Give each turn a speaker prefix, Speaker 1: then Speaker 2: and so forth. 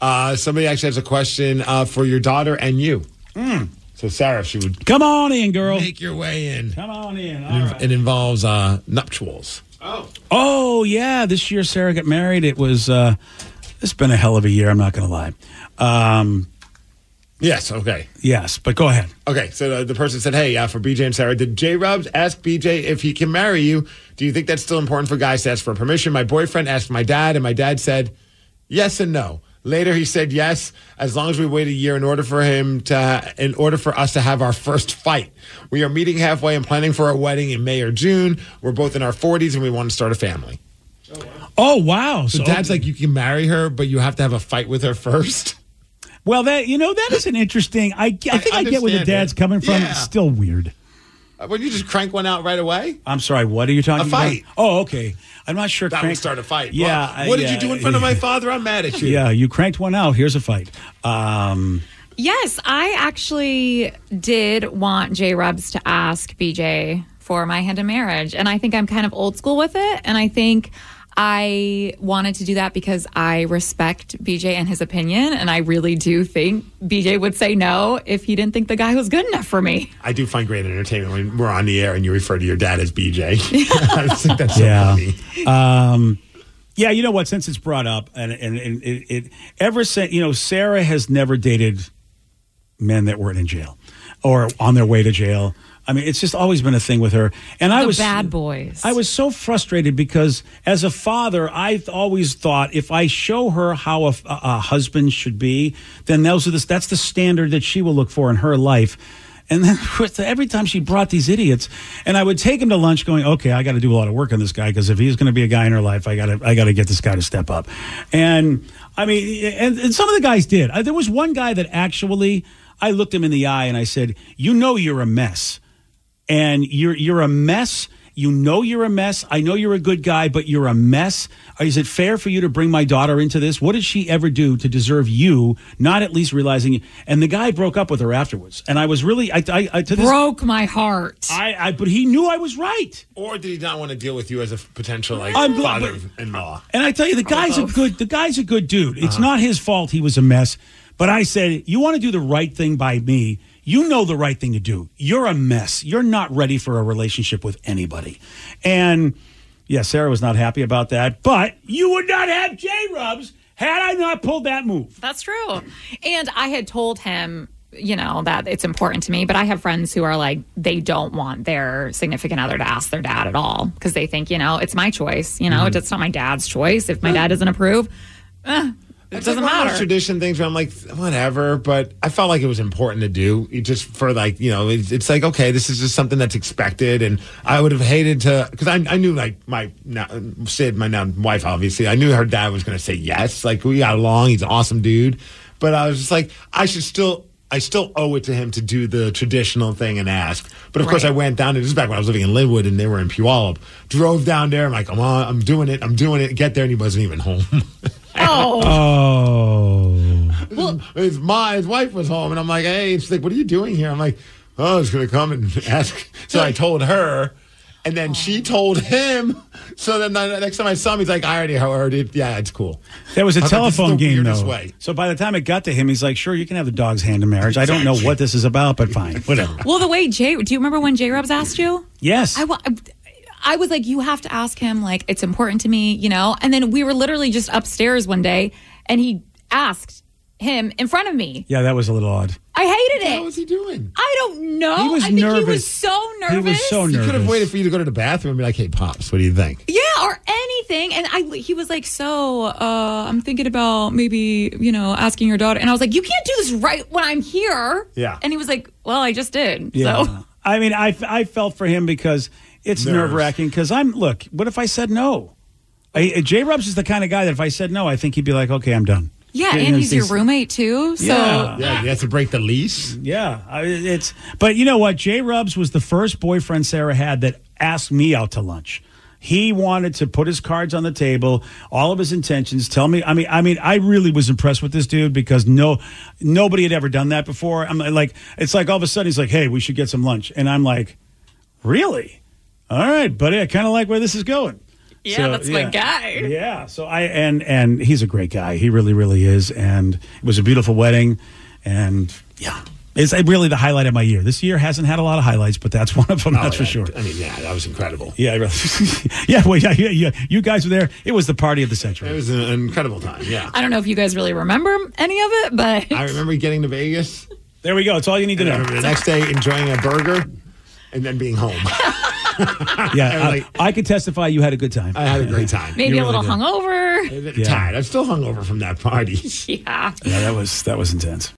Speaker 1: Uh, somebody actually has a question uh, for your daughter and you. So, Sarah, if she would
Speaker 2: Come on in, girl.
Speaker 1: make Hmm. your way in.
Speaker 2: Come on in. All right.
Speaker 1: It involves uh, nuptials.
Speaker 2: Oh yeah, this year Sarah got married. It was uh, it's been a hell of a year. I'm not going to lie. Um,
Speaker 1: Yes, okay.
Speaker 2: yes, but go ahead.
Speaker 1: Okay, so the, the person said, hey, uh, for BJ and Sarah, did J Rubs ask BJ if he can marry you? Do you think that's still important for guys to ask for permission? My boyfriend asked my dad, and my dad said yes and no. Later, he said yes, as long as we wait a year in order for him to, in order for us to have our first fight. We are meeting halfway and planning for a wedding in May or June. We're both in our 40s and we want to start a family.
Speaker 2: Oh wow. So,
Speaker 1: So dad's like, you can marry her, but you have to have a fight with her first.
Speaker 2: well, that you know that is an interesting. I, I think I, get where the
Speaker 1: understand
Speaker 2: dad's
Speaker 1: it.
Speaker 2: coming from.
Speaker 1: Yeah.
Speaker 2: It's still weird.
Speaker 1: Uh, Would you just crank one out right away?
Speaker 2: I'm sorry. What are you talking
Speaker 1: A fight.
Speaker 2: about? Oh, okay. I'm not sure.
Speaker 1: That would
Speaker 2: crank-
Speaker 1: start a fight.
Speaker 2: Yeah.
Speaker 1: Well,
Speaker 2: I-
Speaker 1: what did
Speaker 2: yeah,
Speaker 1: you do in front of my father? I'm mad at you.
Speaker 2: Yeah, you cranked one out. Here's a fight. Um,
Speaker 3: Yes, I actually did want J Rubs to ask BJ for my hand in marriage. And I think I'm kind of old school with it. And I think I wanted to do that because I respect BJ and his opinion. And I really do think BJ would say no if he didn't think the guy was good enough for me.
Speaker 1: I do find great entertainment when we're on the air and you refer to your dad as BJ. I just think that's so
Speaker 2: Yeah.
Speaker 1: funny.
Speaker 2: Um, yeah, you know what? Since it's brought up, and and, and it, it ever since you know Sarah has never dated men that weren't in jail or on their way to jail. I mean, it's just always been a thing with her. And I
Speaker 3: The
Speaker 2: was
Speaker 3: bad boys.
Speaker 2: I was so frustrated because as a father, I th- always thought if I show her how a, f- a- a husband should be, then those are the, that's the standard that she will look for in her life. And then with- every time she brought these idiots, and I would take him to lunch, going, "Okay, I got to do a lot of work on this guy because if he's going to be a guy in her life, I got to I got to get this guy to step up." And I mean, and, and some of the guys did. I, there was one guy that actually, I looked him in the eye and I said, "You know, you're a mess." and you're you're a mess. You know you're a mess. I know you're a good guy, but you're a mess. Is it fair for you to bring my daughter into this? What did she ever do to deserve you not at least realizing it? And the guy broke up with her afterwards. And I was really I, I, I to this
Speaker 3: Broke my heart.
Speaker 2: I, I but he knew I was right.
Speaker 1: Or did he not want to deal with you as a potential like
Speaker 2: I'm glad- but-
Speaker 1: father-in-law?
Speaker 2: And I tell you, the guy's a good. The guy's a good dude.
Speaker 1: Uh-huh.
Speaker 2: It's not his fault he was a mess. But I said, you want to do the right thing by me. You know the right thing to do. You're a mess. You're not ready for a relationship with anybody. And yeah, Sarah was not happy about that. But you would not have J Rubs had I not pulled that move.
Speaker 3: That's true. And I had told him, you know, that it's important to me, but I have friends who are like, they don't want their significant other to ask their dad at all because they think, you know, it's my choice. You know, it's not my dad's choice. If my dad doesn't approve, eh, it
Speaker 1: It's
Speaker 3: doesn't
Speaker 1: like one of those
Speaker 3: matter.
Speaker 1: tradition things where I'm like, whatever, but I felt like it was important to do it just for like, you know, it's, it's like, okay, this is just something that's expected. And I would have hated to, because I, I knew like my now, Sid, my now wife, obviously, I knew her dad was going to say yes. Like, we got along. He's an awesome dude. But I was just like, I should still. I still owe it to him to do the traditional thing and ask. But of course, I
Speaker 3: Right.
Speaker 1: went down to this is back when I was living in Linwood and they were in Puyallup. Drove down there. I'm like, I'm on, I'm doing it. I'm doing it. Get there and he wasn't even home.
Speaker 3: Oh,
Speaker 2: Oh,
Speaker 1: his my his wife was home, and I'm like, hey, she's like, what are you doing here? I'm like, oh, I was gonna come and ask. So I told her, and then she told him. So then the next time I saw him, he's like, I already heard it. Yeah, it's cool.
Speaker 2: that was a
Speaker 1: like, this is
Speaker 2: telephone
Speaker 1: the
Speaker 2: game,
Speaker 1: weirdest
Speaker 2: though.
Speaker 1: way.
Speaker 2: So by the time it got to him, he's like, "Sure, you can have the dog's hand in marriage. I don't know what this is about, but fine, whatever."
Speaker 3: well, the way Jay, do you remember when J Rubs asked you?
Speaker 2: Yes,
Speaker 3: I, wa- I was like, you have to ask him, like, it's important to me, you know? And then we were literally just upstairs one day and he asked him in front of me.
Speaker 2: yeah, that was a little odd.
Speaker 3: I hated
Speaker 1: What
Speaker 3: it.
Speaker 1: was he doing?
Speaker 3: I don't know.
Speaker 2: He was
Speaker 3: I think he
Speaker 2: nervous.
Speaker 3: was so nervous.
Speaker 2: He was so
Speaker 1: He could have
Speaker 2: nervous.
Speaker 1: waited for you to go to the bathroom and be like, hey, pops, what do you think?
Speaker 3: Yeah, or anything. And I, he was like, so uh, I'm thinking about maybe you know asking your daughter. And I was like, you can't do this right when I'm here.
Speaker 1: Yeah.
Speaker 3: And he was like, well, I just did. So
Speaker 2: I mean, I, I felt for him because it's
Speaker 1: Nerves.
Speaker 2: nerve wracking. Because I'm, look, what if I said no? I, J Rubs is the kind of guy that if I said no, I think he'd be like, okay, I'm done.
Speaker 3: yeah,
Speaker 2: You
Speaker 3: and
Speaker 2: know,
Speaker 3: he's your
Speaker 2: these-
Speaker 3: roommate too. So
Speaker 2: Yeah.
Speaker 1: Yeah, you have to break the lease.
Speaker 2: Yeah, I, it's but you know what? J. Rubs was the first boyfriend Sarah had that asked me out to lunch. He wanted to put his cards on the table, all of his intentions. Tell me, I mean, I mean, I really was impressed with this dude because no, nobody had ever done that before. I'm like, it's like all of a sudden he's like, "Hey, we should get some lunch," and I'm like, "Really? All right, buddy. I kind of like where this is going."
Speaker 3: Yeah, that's my guy.
Speaker 2: Yeah. So I and and he's a great guy. He really, really is. And it was a beautiful wedding. And yeah, it's uh, really the highlight of my year. This year hasn't had a lot of highlights, but that's one of them. that's for
Speaker 1: Oh, yeah.
Speaker 2: sure.
Speaker 1: I mean, yeah, that was incredible.
Speaker 2: Yeah, I really- yeah, well, yeah, yeah, yeah. You guys were there. It was the party of the
Speaker 1: It
Speaker 2: century.
Speaker 1: was an incredible time. Yeah.
Speaker 3: I don't know if you guys really remember any of it, but
Speaker 1: I remember getting to Vegas.
Speaker 2: There we go. It's all you need to
Speaker 1: And I
Speaker 2: know.
Speaker 1: remember the next day enjoying a burger and then being home.
Speaker 2: Yeah, I,
Speaker 1: like-
Speaker 2: I could testify you had a good time.
Speaker 1: I had a great time.
Speaker 3: maybe
Speaker 2: You
Speaker 3: a
Speaker 2: really
Speaker 3: little hungover.
Speaker 1: Tired. I'm still hungover from that party.
Speaker 3: Yeah.
Speaker 2: yeah, that was that was intense.